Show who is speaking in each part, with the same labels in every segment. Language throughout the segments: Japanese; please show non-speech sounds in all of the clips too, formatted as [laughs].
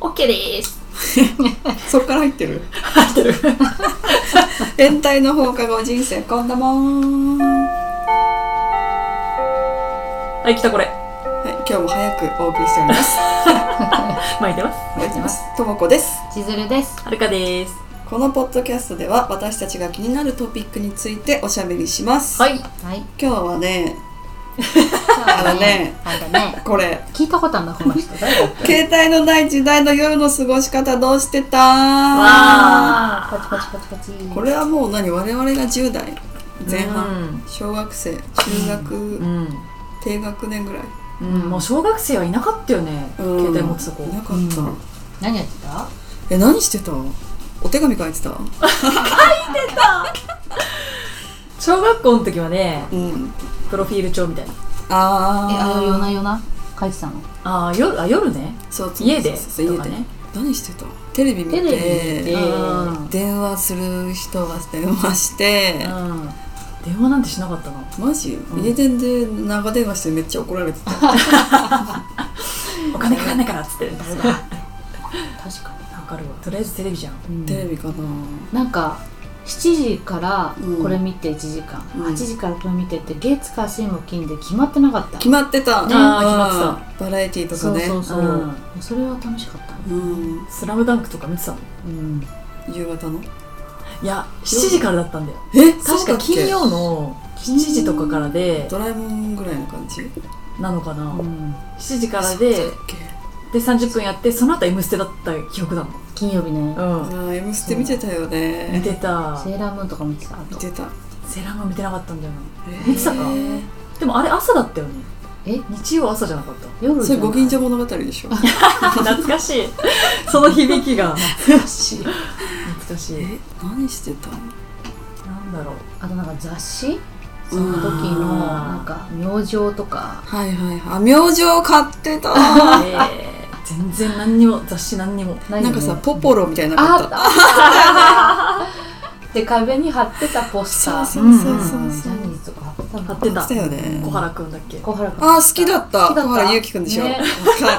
Speaker 1: OK です
Speaker 2: そっから入ってる
Speaker 1: 入ってる
Speaker 2: 変態の放課後人生こんなもん、は
Speaker 1: はい来たこれ
Speaker 2: い、今日も早くお送りしております
Speaker 1: 巻いてます
Speaker 2: お願いしますともこです
Speaker 3: 千鶴です。
Speaker 1: はるかです
Speaker 2: このポッドキャストでは私たちが気になるトピックについておしゃべりします、
Speaker 1: はい
Speaker 3: はい。
Speaker 2: 今日はね
Speaker 3: あ
Speaker 2: のね。
Speaker 3: あのね。
Speaker 2: これ
Speaker 3: 聞いたことあるなこの人。誰だっけ？
Speaker 2: 携帯のない時代の夜の過ごし方どうしてた
Speaker 1: わ
Speaker 3: パチパチパチパチ。
Speaker 2: これはもう何我々が10代前半
Speaker 1: 半
Speaker 2: 小学生中学、
Speaker 1: うん、
Speaker 2: 低学年ぐらい
Speaker 1: うん、もう小学生はいなかったよね、
Speaker 2: うん
Speaker 1: 携帯持つ子
Speaker 2: なかった、
Speaker 1: うん
Speaker 3: 何やってた？
Speaker 2: え何してたお手紙書いてた
Speaker 1: 小学校の時はね
Speaker 2: うん
Speaker 1: プロフィール帳みたいな
Speaker 2: あ
Speaker 3: え、あの夜な
Speaker 2: あ
Speaker 3: 夜な書いてたの。
Speaker 1: あー夜あ夜ね
Speaker 2: そうそう
Speaker 1: 家で
Speaker 2: そうそう
Speaker 1: とか
Speaker 2: 家で
Speaker 1: ね
Speaker 2: 何してたテレビ見て
Speaker 3: テレビ見て
Speaker 1: うん
Speaker 2: 電話する人は電話して
Speaker 1: うん電話なんてしなかったの
Speaker 2: マジ、
Speaker 1: ん
Speaker 2: 家電で長電話してめっちゃ怒られてた
Speaker 1: お金かかんないからっつってわ
Speaker 3: 確か
Speaker 1: かるわとりあえずテレビじゃん
Speaker 3: に。
Speaker 2: テレビかな
Speaker 3: なんか。7時から
Speaker 2: うん
Speaker 3: これ見て1時間、
Speaker 2: うん
Speaker 3: 8時からこれ見てって月火水木金で決まってなかった
Speaker 2: 決まってた、
Speaker 1: ねあー決ま
Speaker 2: たバラエティーとか
Speaker 3: そう
Speaker 2: ね
Speaker 3: そうそう、
Speaker 1: う
Speaker 3: それは楽しかった、
Speaker 2: うん
Speaker 1: スラムダンクとか見てたの
Speaker 3: うん、
Speaker 2: 夕方の
Speaker 1: いや7時からだったんだよ
Speaker 2: えそ
Speaker 1: 確
Speaker 2: うだ
Speaker 1: か
Speaker 2: っけ
Speaker 1: 金曜の7時とかからで
Speaker 2: ドラえもんぐらいの感じか
Speaker 1: なのかな、
Speaker 3: うん
Speaker 1: 7時からでで30分やってその後 M ステ」だった記憶な
Speaker 3: 金曜日ね、
Speaker 1: のうん
Speaker 2: あ M ステ見てたよ
Speaker 1: 見
Speaker 2: ね
Speaker 1: てた
Speaker 3: セーラームーンとか見てたあ
Speaker 2: 見
Speaker 3: と
Speaker 2: てた
Speaker 1: セーラームーン見てなかったんだよな
Speaker 2: え
Speaker 1: 見てたかでもあれ朝だったよね
Speaker 3: え
Speaker 1: 日曜朝じゃなかった
Speaker 3: 夜
Speaker 2: そ
Speaker 3: じゃ
Speaker 2: れ
Speaker 3: ない
Speaker 2: ご近所物語でしょ
Speaker 1: [laughs] 懐かしい [laughs] その響きが
Speaker 3: 懐かしい
Speaker 1: 懐かしい
Speaker 2: え何してた
Speaker 1: なんだろう
Speaker 3: あとなんか雑誌その時のなんか明星とか
Speaker 2: はいはいはいあ明星買ってたな
Speaker 1: えー全然何にも雑誌何にも
Speaker 3: ないよ
Speaker 2: ん
Speaker 3: ね
Speaker 2: かさポポロみたいなの
Speaker 3: あ
Speaker 2: 買
Speaker 3: あ
Speaker 2: っ
Speaker 3: ったたあったよねで壁に貼ってたポスター
Speaker 2: そうそうそううん
Speaker 3: ジ
Speaker 2: そう
Speaker 3: ャニーズとか貼ってた
Speaker 1: 貼
Speaker 3: の
Speaker 1: って
Speaker 2: 買
Speaker 1: た
Speaker 2: ってたよね
Speaker 1: 小原くんだっけ
Speaker 3: 小原君
Speaker 2: あー好きだった
Speaker 3: 好きだった
Speaker 2: 小原ゆうきくんでしょわ、
Speaker 3: ね
Speaker 2: か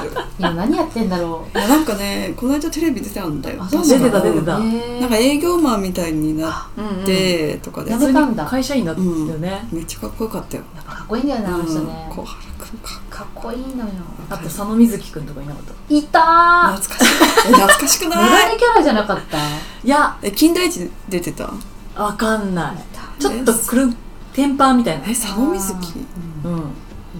Speaker 2: る
Speaker 3: 今何やってんだろう
Speaker 2: いやなんかねこの間テレビ出てたんだよ
Speaker 3: あ
Speaker 1: 出てた出てた
Speaker 2: なんか営業マンみたいにな
Speaker 1: うんうん
Speaker 2: ってとかで、
Speaker 3: や
Speaker 1: 普
Speaker 3: べ
Speaker 1: 通
Speaker 3: たんだ
Speaker 1: に会社員だったよね、
Speaker 2: めっちゃかっこよかったよ、
Speaker 3: やっぱかっこいいんだよねあの人ね
Speaker 2: うん小原くんか
Speaker 3: かっこいいのよ
Speaker 1: あと佐野瑞貴くんとかいなかった
Speaker 3: いたー
Speaker 2: 懐かしいえ懐かしく
Speaker 3: [laughs] メガ
Speaker 2: ない
Speaker 3: ネキャラじゃなかった
Speaker 1: いや
Speaker 2: え金田一出てた
Speaker 1: わかんない
Speaker 3: い
Speaker 1: ちょっとくるんテンパーみたいな
Speaker 2: え佐野瑞希
Speaker 1: う
Speaker 3: う
Speaker 1: ん
Speaker 3: んい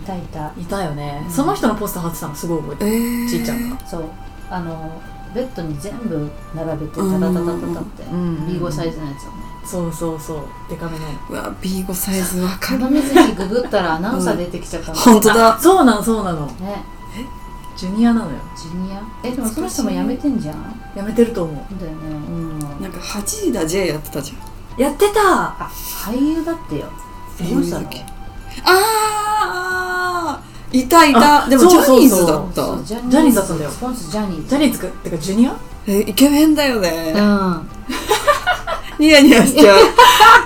Speaker 3: たいた
Speaker 1: いたよね、
Speaker 3: うん
Speaker 1: その人のポスター貼ってたのすごい覚えて
Speaker 2: え
Speaker 1: る、
Speaker 2: ー、
Speaker 1: ちいちゃんが
Speaker 3: そうあのベッドに全部並べてタタタタタタって
Speaker 1: うんうんうん
Speaker 3: B5 サイズのやつをね
Speaker 1: そうそうそうデカめの
Speaker 2: うわ B5 サイズわか
Speaker 3: こ [laughs]
Speaker 2: る
Speaker 3: の水着ググったらアナウンサー出てきちゃったの、
Speaker 2: 本当
Speaker 1: あ
Speaker 2: だ
Speaker 1: そうなのそうなの
Speaker 3: ね
Speaker 1: ジュニアなのよ
Speaker 3: ジュニアえでもその人も辞めてんじゃん
Speaker 1: やめてると思
Speaker 3: だよね、
Speaker 1: う、うん、
Speaker 2: なんか8時だ J やってたじゃん
Speaker 1: やってた
Speaker 3: あ俳優だってよどうしたの
Speaker 2: えあーいたいたでもジ
Speaker 1: そうそう
Speaker 2: ャ
Speaker 1: そう
Speaker 2: ニーズだった
Speaker 3: そうジャ
Speaker 1: ジャニーズだったんだよ
Speaker 3: スポンスジャニー
Speaker 1: ジ
Speaker 3: ズ
Speaker 1: ャニーズくってかジュニア
Speaker 2: えイケメンだよ
Speaker 3: う
Speaker 2: ね
Speaker 3: ん
Speaker 2: ニヤニヤしちゃう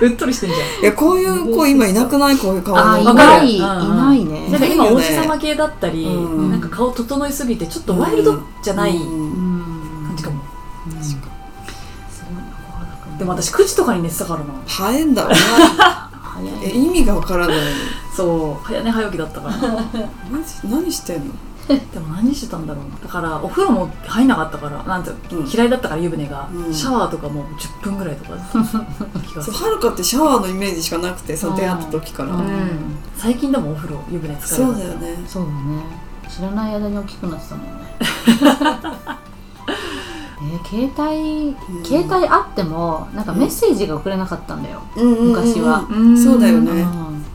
Speaker 1: うっとりしてんじゃ
Speaker 2: いやこういう子今いなくないこういう顔
Speaker 3: あい
Speaker 1: わ
Speaker 3: な
Speaker 1: かる
Speaker 3: いい
Speaker 1: うん
Speaker 3: ない
Speaker 1: んな
Speaker 3: ね
Speaker 1: んか今
Speaker 2: いいよ
Speaker 1: 王
Speaker 2: ね
Speaker 1: 子様系だったり、
Speaker 2: うん
Speaker 1: なんか顔整いすぎてちょっとワイルドじゃない
Speaker 3: うん
Speaker 1: 感じかも、
Speaker 3: うんすごいな小原君
Speaker 1: でも私9時とかに寝てたからな
Speaker 2: 生えんだろうな
Speaker 3: 早い
Speaker 2: え
Speaker 3: ね
Speaker 2: 意味がわからない
Speaker 1: そう早寝早起きだったから
Speaker 2: マジ何してんの
Speaker 1: でも何してたんだろうなだからお風呂も入んなかったからなんていうの
Speaker 2: うん
Speaker 1: 嫌いだったから湯船が、
Speaker 2: うん
Speaker 1: シャワーとかも10分ぐらいとかだった気がす
Speaker 2: そう
Speaker 1: る
Speaker 2: はるかってシャワーのイメージしかなくてその
Speaker 3: うん
Speaker 2: 出会った時から、
Speaker 3: うん
Speaker 1: 最近でもお風呂湯船使
Speaker 2: そう
Speaker 1: から
Speaker 2: だよね
Speaker 3: そうだね知らない間に大きくなってたもんね
Speaker 1: [laughs]
Speaker 3: えー携帯
Speaker 2: うん
Speaker 3: 携帯あってもなんかメッセージが送れなかったんだよ、
Speaker 2: うんうんうん
Speaker 3: 昔は
Speaker 1: うん
Speaker 2: そうだよね
Speaker 3: うん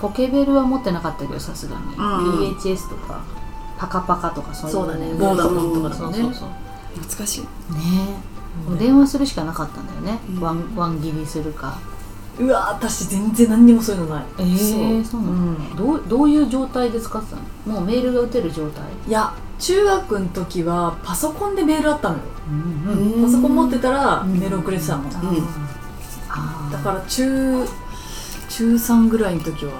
Speaker 3: ポケベルは持ってなかったけどさすがに、
Speaker 1: うん
Speaker 3: VHS とかパカパカとかそういう
Speaker 1: そうだね
Speaker 2: ボ
Speaker 1: ボ
Speaker 2: ー
Speaker 1: ー
Speaker 2: ダ
Speaker 1: ダ
Speaker 2: ー
Speaker 1: ー
Speaker 2: と
Speaker 1: と
Speaker 2: か
Speaker 1: か
Speaker 2: だ
Speaker 1: だ
Speaker 3: そ
Speaker 1: も
Speaker 3: うんそう
Speaker 1: ね
Speaker 3: そう
Speaker 2: 懐かしい
Speaker 3: ね
Speaker 1: う
Speaker 3: え
Speaker 1: ん
Speaker 3: 電話するしかなかったんだよね、
Speaker 2: うん
Speaker 3: ワンワン切りするか
Speaker 1: うわ私全然何にもそういうのない
Speaker 3: えー、そうなの、
Speaker 1: ん
Speaker 3: どうどういう状態で使ってたのもうメールが打てる状態、
Speaker 1: いや中学の時はパソコンでメールあったのよ
Speaker 3: うん
Speaker 2: う
Speaker 3: うん、
Speaker 2: ん
Speaker 1: パソコン持ってたら
Speaker 3: うん
Speaker 1: メール送れてたもん、
Speaker 2: うん
Speaker 3: あー
Speaker 1: だから中中3ぐらいの時は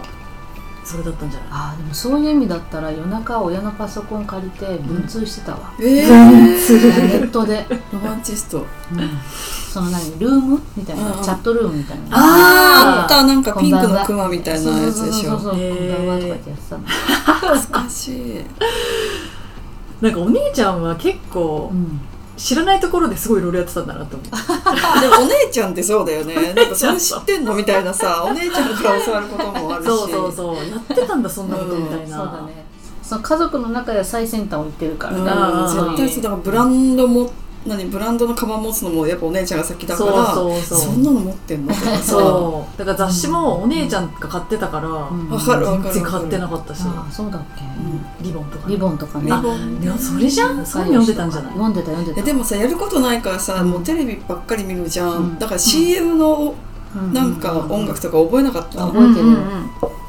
Speaker 1: それだったんじゃない
Speaker 3: ああでもそういう意味だったら夜中親のパソコン借りて文通して
Speaker 1: [laughs]
Speaker 3: たわ、
Speaker 2: ええ
Speaker 3: ネットで、
Speaker 2: ロマンチスト
Speaker 3: その何ルームみたいな、
Speaker 2: うんうん
Speaker 3: チャットルームみたいな
Speaker 2: あーあ
Speaker 1: あー
Speaker 2: ったなんか
Speaker 3: こ
Speaker 2: ピ
Speaker 3: ん
Speaker 2: ン
Speaker 3: ばん
Speaker 2: ク
Speaker 3: は
Speaker 2: のクマみたいなやつでし
Speaker 3: そう
Speaker 2: ょ
Speaker 3: そうそうそう、
Speaker 1: へー
Speaker 3: こんばんはとかってやってたの
Speaker 2: 懐かしい
Speaker 1: なんかお姉ちゃんは結構
Speaker 3: うん
Speaker 1: 知らないところですごいロールやってたんだなと思って
Speaker 2: でもお姉ちゃんってそうだよ
Speaker 1: [laughs]
Speaker 2: ねなんかそれ知ってんのみたたいなさお姉ちゃんから教わることもあるし
Speaker 1: そうそうそうやってたんだそんなことみたい
Speaker 3: そうだ
Speaker 1: な
Speaker 3: ねその家族の中では最先端を言ってるからね、
Speaker 1: うん
Speaker 3: そうい
Speaker 2: 絶対そうだからブランドも何ブランドのカバン持つのもやっぱお姉ちゃんが先だから
Speaker 1: そうそうそうん
Speaker 2: なの持ってんのとかさ
Speaker 1: そうだから雑誌もお姉ちゃんが買ってたから、
Speaker 3: うん
Speaker 2: わかるわか
Speaker 1: 全
Speaker 2: る
Speaker 1: 然買ってなかったし、
Speaker 3: ああそうだっけ、
Speaker 1: リボンとか、
Speaker 3: リボンとかね
Speaker 2: あ
Speaker 1: でもそれじゃんそういうの読んでたんじゃない
Speaker 3: 読んでた読んで
Speaker 2: え
Speaker 3: た
Speaker 2: でもさやることないからさ、
Speaker 3: うん
Speaker 2: もうテレビばっかり見るじゃん、
Speaker 3: うん
Speaker 2: だから CM の
Speaker 3: うう
Speaker 2: なんか音楽とか覚えなかった、
Speaker 3: 覚えてるよ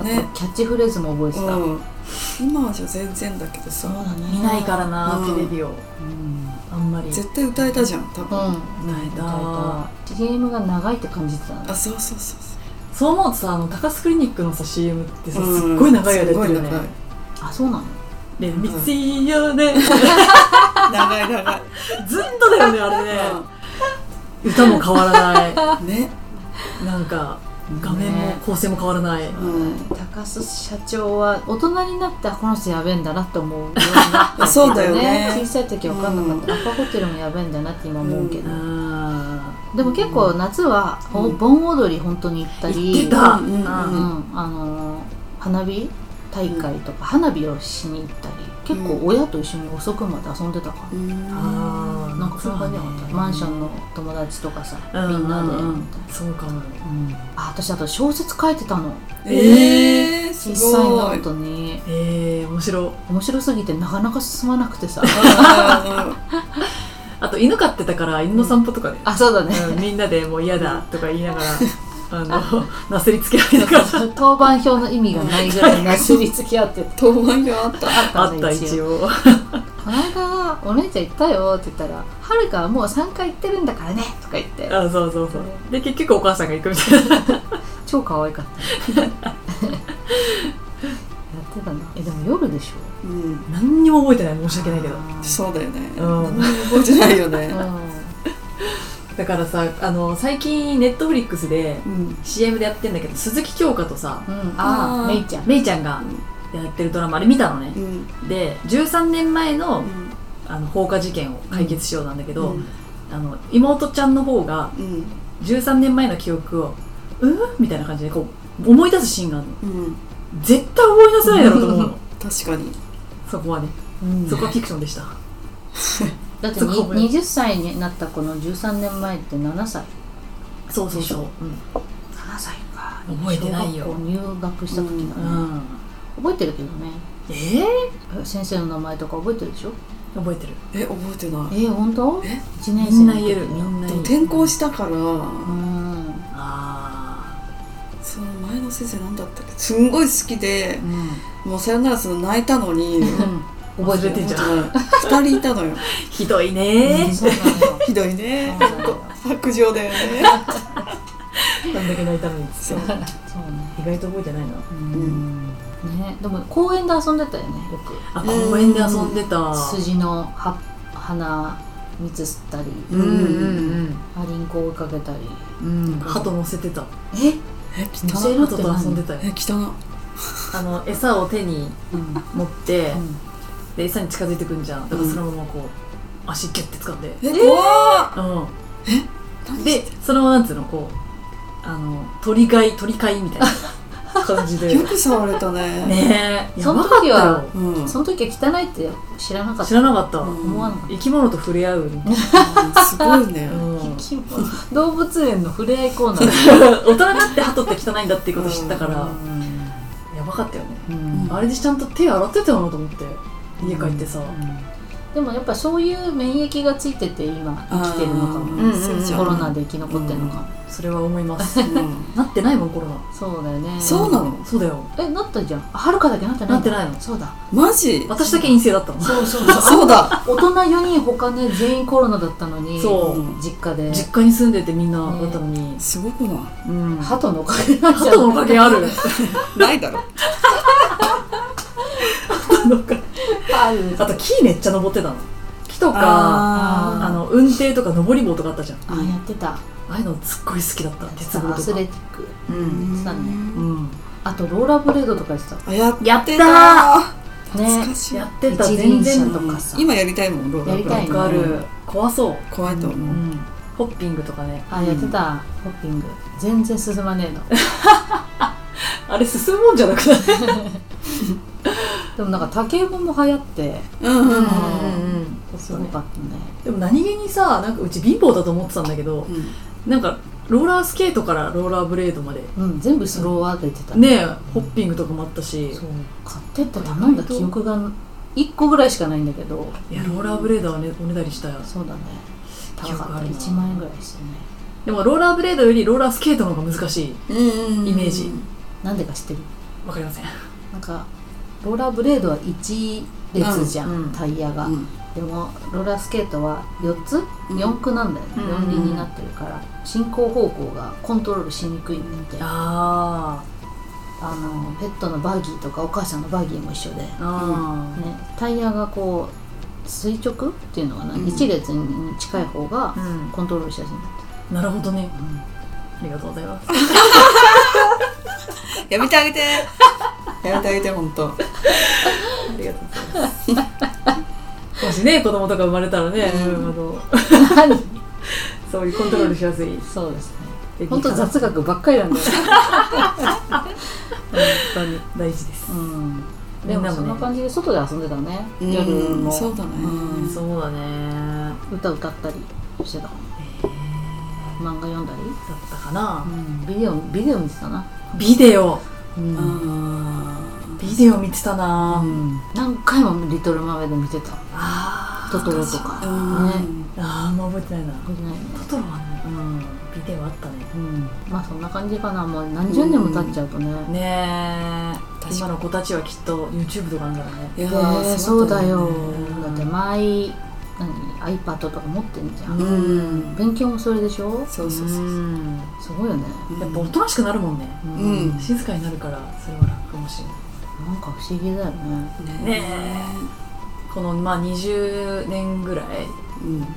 Speaker 2: ね
Speaker 3: キャッチフレーズも覚えてた、
Speaker 2: うん今はじゃ全然だけどさ、
Speaker 3: だね
Speaker 1: 見ないからな、
Speaker 2: うん
Speaker 1: テレビを
Speaker 3: うん
Speaker 1: あんまり
Speaker 2: 絶対歌えたじゃん多分、
Speaker 3: うん
Speaker 1: 歌えた
Speaker 3: 歌えた CM が長いって感じてたの
Speaker 2: あそうそうそうそ
Speaker 1: そう思うとさあの高須クリニックのさ CM ってさ
Speaker 2: ううん
Speaker 1: すっごい長い間やってるよね
Speaker 2: すごい
Speaker 3: あそうなの
Speaker 1: 「レミシよね
Speaker 2: 長い長い長い、
Speaker 1: ずっとだよねあれね歌も変わら
Speaker 3: [laughs]
Speaker 1: ない
Speaker 2: うんね、
Speaker 1: なんか画面も
Speaker 3: ね
Speaker 1: 構成も変わらない、
Speaker 2: うん
Speaker 3: 高須社長は大人になったらこの人やべえんだなって思うようになったけど
Speaker 2: そうだよね
Speaker 3: 小さい時は分かんなかった、アパホテルもやべえんだなって今思うけど、
Speaker 1: あ
Speaker 3: でも結構夏は、お盆踊り本当に行った
Speaker 1: 行
Speaker 3: り
Speaker 1: ってた
Speaker 2: うんうん
Speaker 3: うん
Speaker 2: うん
Speaker 3: あのー花火大会とか、花火をしに行ったり結構親と一緒に遅くまで遊んでたから、
Speaker 1: ー
Speaker 2: あ
Speaker 1: あー
Speaker 3: なんかそれがねマンションの友達とかさ、
Speaker 1: うん
Speaker 3: みんなで、
Speaker 1: うん
Speaker 3: みたいな
Speaker 1: そうかも
Speaker 3: うんあ私あと小説書いてたの
Speaker 2: えー、す
Speaker 3: 小さい
Speaker 2: ご
Speaker 3: ノ
Speaker 2: い
Speaker 3: ートに
Speaker 1: えー、面白い
Speaker 3: 面白すぎてなかなか進まなくてさ
Speaker 1: あと犬飼ってたから犬の散歩とかね、
Speaker 3: あそうだね、
Speaker 1: うんみんなでもう嫌だとか言い [laughs] ながらあのなすりつけられながら
Speaker 3: 当番表の意味がないぐらいなすりつき合ってた
Speaker 2: 当番があった
Speaker 1: あった一
Speaker 3: 応
Speaker 1: 応
Speaker 3: この間お姉ちゃん行ったよって言ったら「はるかはもう3回行ってるんだからね」とか言って
Speaker 1: あそうそうそうで結局お母さんが行くみたいな
Speaker 3: 超可愛かったやってたなえでも夜でしょ
Speaker 2: うん
Speaker 1: 何にも覚えてない申し訳ないけど
Speaker 2: そうだよね、
Speaker 1: う
Speaker 2: 何
Speaker 1: ん
Speaker 2: も覚えてないよね
Speaker 3: う、ん
Speaker 1: だからさあの最近ネットフリックスで
Speaker 2: うん
Speaker 1: CM でやってんだけど鈴木京香とさ
Speaker 3: うん
Speaker 2: あー
Speaker 3: ああめいちゃん
Speaker 1: めいちゃんがやってるドラマあれ見たのね
Speaker 2: うん
Speaker 1: で13年前
Speaker 2: う
Speaker 1: の
Speaker 2: ん
Speaker 1: あの放火事件を解決しようなんだけど、
Speaker 2: うん
Speaker 1: あの妹ちゃんの方が
Speaker 2: うん
Speaker 1: 13年前の記憶を「うん?」みたいな感じでこう思い出すシーンがあるの
Speaker 2: うん
Speaker 1: 絶対思い出せないだろうと思うの
Speaker 2: 確かに
Speaker 1: そこはね
Speaker 3: うん
Speaker 1: そこはフィクションでした
Speaker 3: だって
Speaker 1: そこ
Speaker 3: に
Speaker 1: も
Speaker 3: 20歳になったこの13年前って7歳
Speaker 1: そうそうそう、うん
Speaker 3: 7歳か
Speaker 1: 覚えてないよ
Speaker 3: 小学校入学した時だ
Speaker 1: う
Speaker 3: ね、
Speaker 1: ん、
Speaker 3: 覚えてるけどね
Speaker 1: えー、
Speaker 3: え先生の名前とか覚えてるでしょ
Speaker 1: 覚えてる
Speaker 2: え覚えてない
Speaker 3: えー、本当
Speaker 2: え
Speaker 3: 一年
Speaker 1: み
Speaker 3: 生
Speaker 1: ん
Speaker 3: の
Speaker 1: な
Speaker 3: 時
Speaker 1: 言えるみんな
Speaker 2: で
Speaker 1: 言
Speaker 2: も
Speaker 1: える
Speaker 2: 転校したから、
Speaker 3: うん
Speaker 1: あ
Speaker 2: その前の先生なんだったっけすんごい好きで
Speaker 3: うん
Speaker 2: もうさよならするの泣いたのに
Speaker 3: 覚え
Speaker 1: 忘れ
Speaker 3: て
Speaker 1: てんじ
Speaker 3: る
Speaker 1: ゃん
Speaker 2: 2人いたのよ
Speaker 1: あひどいね
Speaker 3: そうなのよ
Speaker 2: ひどいね
Speaker 3: そうなのよ
Speaker 2: 白状だよね
Speaker 1: ーあんだけ泣いたのに [laughs]
Speaker 2: そう
Speaker 3: そうね
Speaker 1: 意外と覚えてないな
Speaker 3: うんねでも公園で遊んでたよねよく
Speaker 1: あ公園で遊んでた
Speaker 3: 筋の葉花蜜吸ったり
Speaker 1: うんうん
Speaker 3: アリンコ追いかけたり
Speaker 1: うんうん鳩乗せてた
Speaker 3: え
Speaker 2: え
Speaker 3: 乗
Speaker 2: 汚
Speaker 3: せるっ
Speaker 1: 鳩
Speaker 3: て
Speaker 1: と遊んで
Speaker 3: 何
Speaker 1: たよ
Speaker 2: え汚
Speaker 1: あの餌を手に
Speaker 3: うん
Speaker 1: 持って
Speaker 3: うん
Speaker 1: で餌に近づいてくんじゃんだか
Speaker 2: う
Speaker 1: ら
Speaker 2: ん
Speaker 1: そのままこう足ギュッて掴んで
Speaker 2: え怖っ
Speaker 1: うんでそのままなんつうのこうあの鳥飼い鳥飼いみたい [laughs] な感じで
Speaker 2: よく触れたね
Speaker 1: ねえ
Speaker 3: その時は
Speaker 1: やばかっ
Speaker 2: うんうんす
Speaker 3: その時は汚いって知ら
Speaker 1: た
Speaker 3: なか
Speaker 1: よ
Speaker 3: っ
Speaker 1: 知
Speaker 3: た
Speaker 1: らなかった
Speaker 2: うん
Speaker 3: 思わなかっ
Speaker 1: 生き物と触れ合うみたいな
Speaker 2: ごいね
Speaker 1: うん
Speaker 3: た動物園の触れ合いコーナー
Speaker 1: 大人になって鳩って汚いんだっていうこと知ったから、やばかったよね
Speaker 3: うん
Speaker 1: あれでちゃんと手洗ってたよなと思って家帰ってさ、
Speaker 3: でもやっぱそういう免疫がついてて今生きてるのかも
Speaker 1: うん
Speaker 2: そうじゃん
Speaker 3: コロナで生き残ってるのかも
Speaker 1: それは思います
Speaker 2: うん
Speaker 1: [laughs] なってないもんコロナ
Speaker 3: そうだよね
Speaker 2: そうなの
Speaker 1: そうだよ
Speaker 3: えなったじゃんあはるかだけなってない
Speaker 1: なってないの
Speaker 3: そうだ
Speaker 2: マジ
Speaker 1: 私だけ陰性だったの
Speaker 3: そうそう
Speaker 2: あそうだ
Speaker 3: 大人4人他ね全員コロナだったのに
Speaker 1: そう
Speaker 3: 実家で
Speaker 1: 実家に住んでてみんなだったのに、
Speaker 2: すごくない
Speaker 1: うん、鳩
Speaker 3: 鳩のおかげなんじゃない
Speaker 1: のおかげある
Speaker 2: ないだろ
Speaker 3: ある
Speaker 1: [laughs] あと木めっちゃ登ってたの木とかあ
Speaker 2: あー
Speaker 1: の運転とか登り棒とかあったじゃん
Speaker 3: あやってた
Speaker 1: ああいうのすっごい好きだった鉄
Speaker 3: さ
Speaker 1: 棒
Speaker 3: ア
Speaker 1: と
Speaker 3: ス
Speaker 1: か
Speaker 3: レチック
Speaker 1: うん
Speaker 3: そうだね
Speaker 1: うん
Speaker 3: あとローラーブレードとかやって
Speaker 2: あやってた
Speaker 1: やった
Speaker 3: た
Speaker 2: 懐
Speaker 3: ね
Speaker 2: かしい
Speaker 1: やってた
Speaker 3: 一
Speaker 1: 全
Speaker 3: 輪
Speaker 1: 然
Speaker 3: 車
Speaker 1: わ
Speaker 3: とかさ
Speaker 2: 今やりたいもんローラーブレ
Speaker 3: やり
Speaker 2: ー
Speaker 3: たい
Speaker 2: ド
Speaker 1: かる怖そう
Speaker 2: 怖いと
Speaker 1: う
Speaker 2: 思うん
Speaker 1: ホッピングとかね
Speaker 3: あやってたホッピング全然進まねえの
Speaker 1: [laughs] あれ進むもんじゃなくない
Speaker 3: でもなんか竹馬も流行って
Speaker 2: うんうんうん
Speaker 1: ん
Speaker 3: すごかったね
Speaker 1: でも何気にさなんかうち貧乏だと思ってたんだけど
Speaker 2: うん
Speaker 1: なんかローラースケートからローラーブレードまで
Speaker 3: うん全部スローワードやってた
Speaker 1: ねえホッピングとかもあったし
Speaker 3: そう買ってって頼んだ記憶が1個ぐらいしかないんだけど
Speaker 1: いやローラーブレードはねおねだりしたよ
Speaker 3: そうだね
Speaker 1: 記
Speaker 3: 高
Speaker 1: 憶
Speaker 3: か
Speaker 1: あ
Speaker 3: った
Speaker 1: るな
Speaker 3: 1万円ぐらいしてね
Speaker 1: でもローラーブレードよりローラースケートの方が難しい
Speaker 2: うんうん
Speaker 1: イメージ
Speaker 3: なんでか知ってる
Speaker 1: わかりません
Speaker 3: なんかローラーブレードは1列じゃん、
Speaker 1: うんうん
Speaker 3: タイヤが、
Speaker 2: うん
Speaker 3: でもローラースケートは4つ
Speaker 2: うん
Speaker 3: 4区なんだよね、
Speaker 1: うんうんうん
Speaker 3: 4輪になってるから進行方向がコントロールしにくいんだってあ
Speaker 1: あ
Speaker 3: のペットのバギーとかお母さんのバギーも一緒で、ね、
Speaker 1: ーあ
Speaker 3: タイヤがこう垂直っていうのがな、
Speaker 2: うん
Speaker 3: 1列に近い方が
Speaker 1: ーうん
Speaker 3: コントロールしやすいんだって、
Speaker 1: なるほどねありがとうございます
Speaker 2: やめてあげてやめてあげてほんと
Speaker 1: ありがとうございます。もしね、子供とか生まれたらね、
Speaker 2: うん
Speaker 1: うんあの
Speaker 3: 何
Speaker 1: [laughs] そういうコントロールしやすい。
Speaker 3: そうですね
Speaker 1: テクニッ
Speaker 3: 本
Speaker 1: ク
Speaker 3: 当
Speaker 1: かな
Speaker 3: 雑学ばっかりなんだよ、
Speaker 1: 本当に大事です。
Speaker 3: うん、で
Speaker 1: みん
Speaker 3: も
Speaker 1: なも
Speaker 3: そ
Speaker 1: ね
Speaker 3: んな感じで外で遊んでたね、
Speaker 2: うん
Speaker 3: 夜も
Speaker 2: そうだね
Speaker 3: うん
Speaker 1: そうだね。だ
Speaker 3: 歌歌ったりしてた漫画読んだり、
Speaker 1: ったかな。
Speaker 3: ビデオビデオ見てたな、
Speaker 1: ビデオ。
Speaker 3: うん
Speaker 2: あ
Speaker 1: ビデオ見てたな。
Speaker 3: 何回も「リトル・マーメイド」見てた
Speaker 1: あ
Speaker 3: 「
Speaker 1: あ。
Speaker 3: トトロ」と
Speaker 2: あ
Speaker 3: か
Speaker 2: う
Speaker 3: ね
Speaker 2: ん
Speaker 1: あーあんま覚えてないな。
Speaker 3: 覚えてないね
Speaker 1: トトロはね、うん、ビデオあったね。
Speaker 3: うんまあそんな感じかなもう何十年も経っちゃうとね、ね
Speaker 1: ね
Speaker 2: 確か
Speaker 1: え。
Speaker 2: に
Speaker 1: 今の子たちはきっと YouTube とかなんだろうね。
Speaker 2: いやー
Speaker 3: そうだよ
Speaker 1: うん
Speaker 3: だって毎何 iPad とか持ってんじゃん、
Speaker 2: うん
Speaker 3: 勉強もそれでしょ
Speaker 2: そうそうそう
Speaker 1: うん
Speaker 3: すごいよね
Speaker 2: うん
Speaker 1: やっぱおとなしくなるもんね。
Speaker 2: うん
Speaker 1: 静かになるから、それは楽かもしれない。
Speaker 3: なんか不思議だよね
Speaker 1: ねこのまあ20年ぐらい
Speaker 2: うん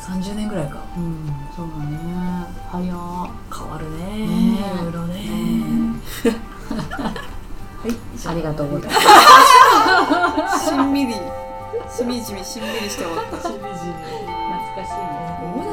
Speaker 1: 30年ぐらいか
Speaker 3: うんそうだね早っ
Speaker 1: 変わるね
Speaker 3: ね
Speaker 1: いろいろね
Speaker 2: ね
Speaker 1: [laughs] はい
Speaker 3: ありがとうございますす
Speaker 2: しんみりしみじみしんみりして終わった
Speaker 1: [laughs] 懐かしいね
Speaker 3: 懐かしいね
Speaker 2: 思い出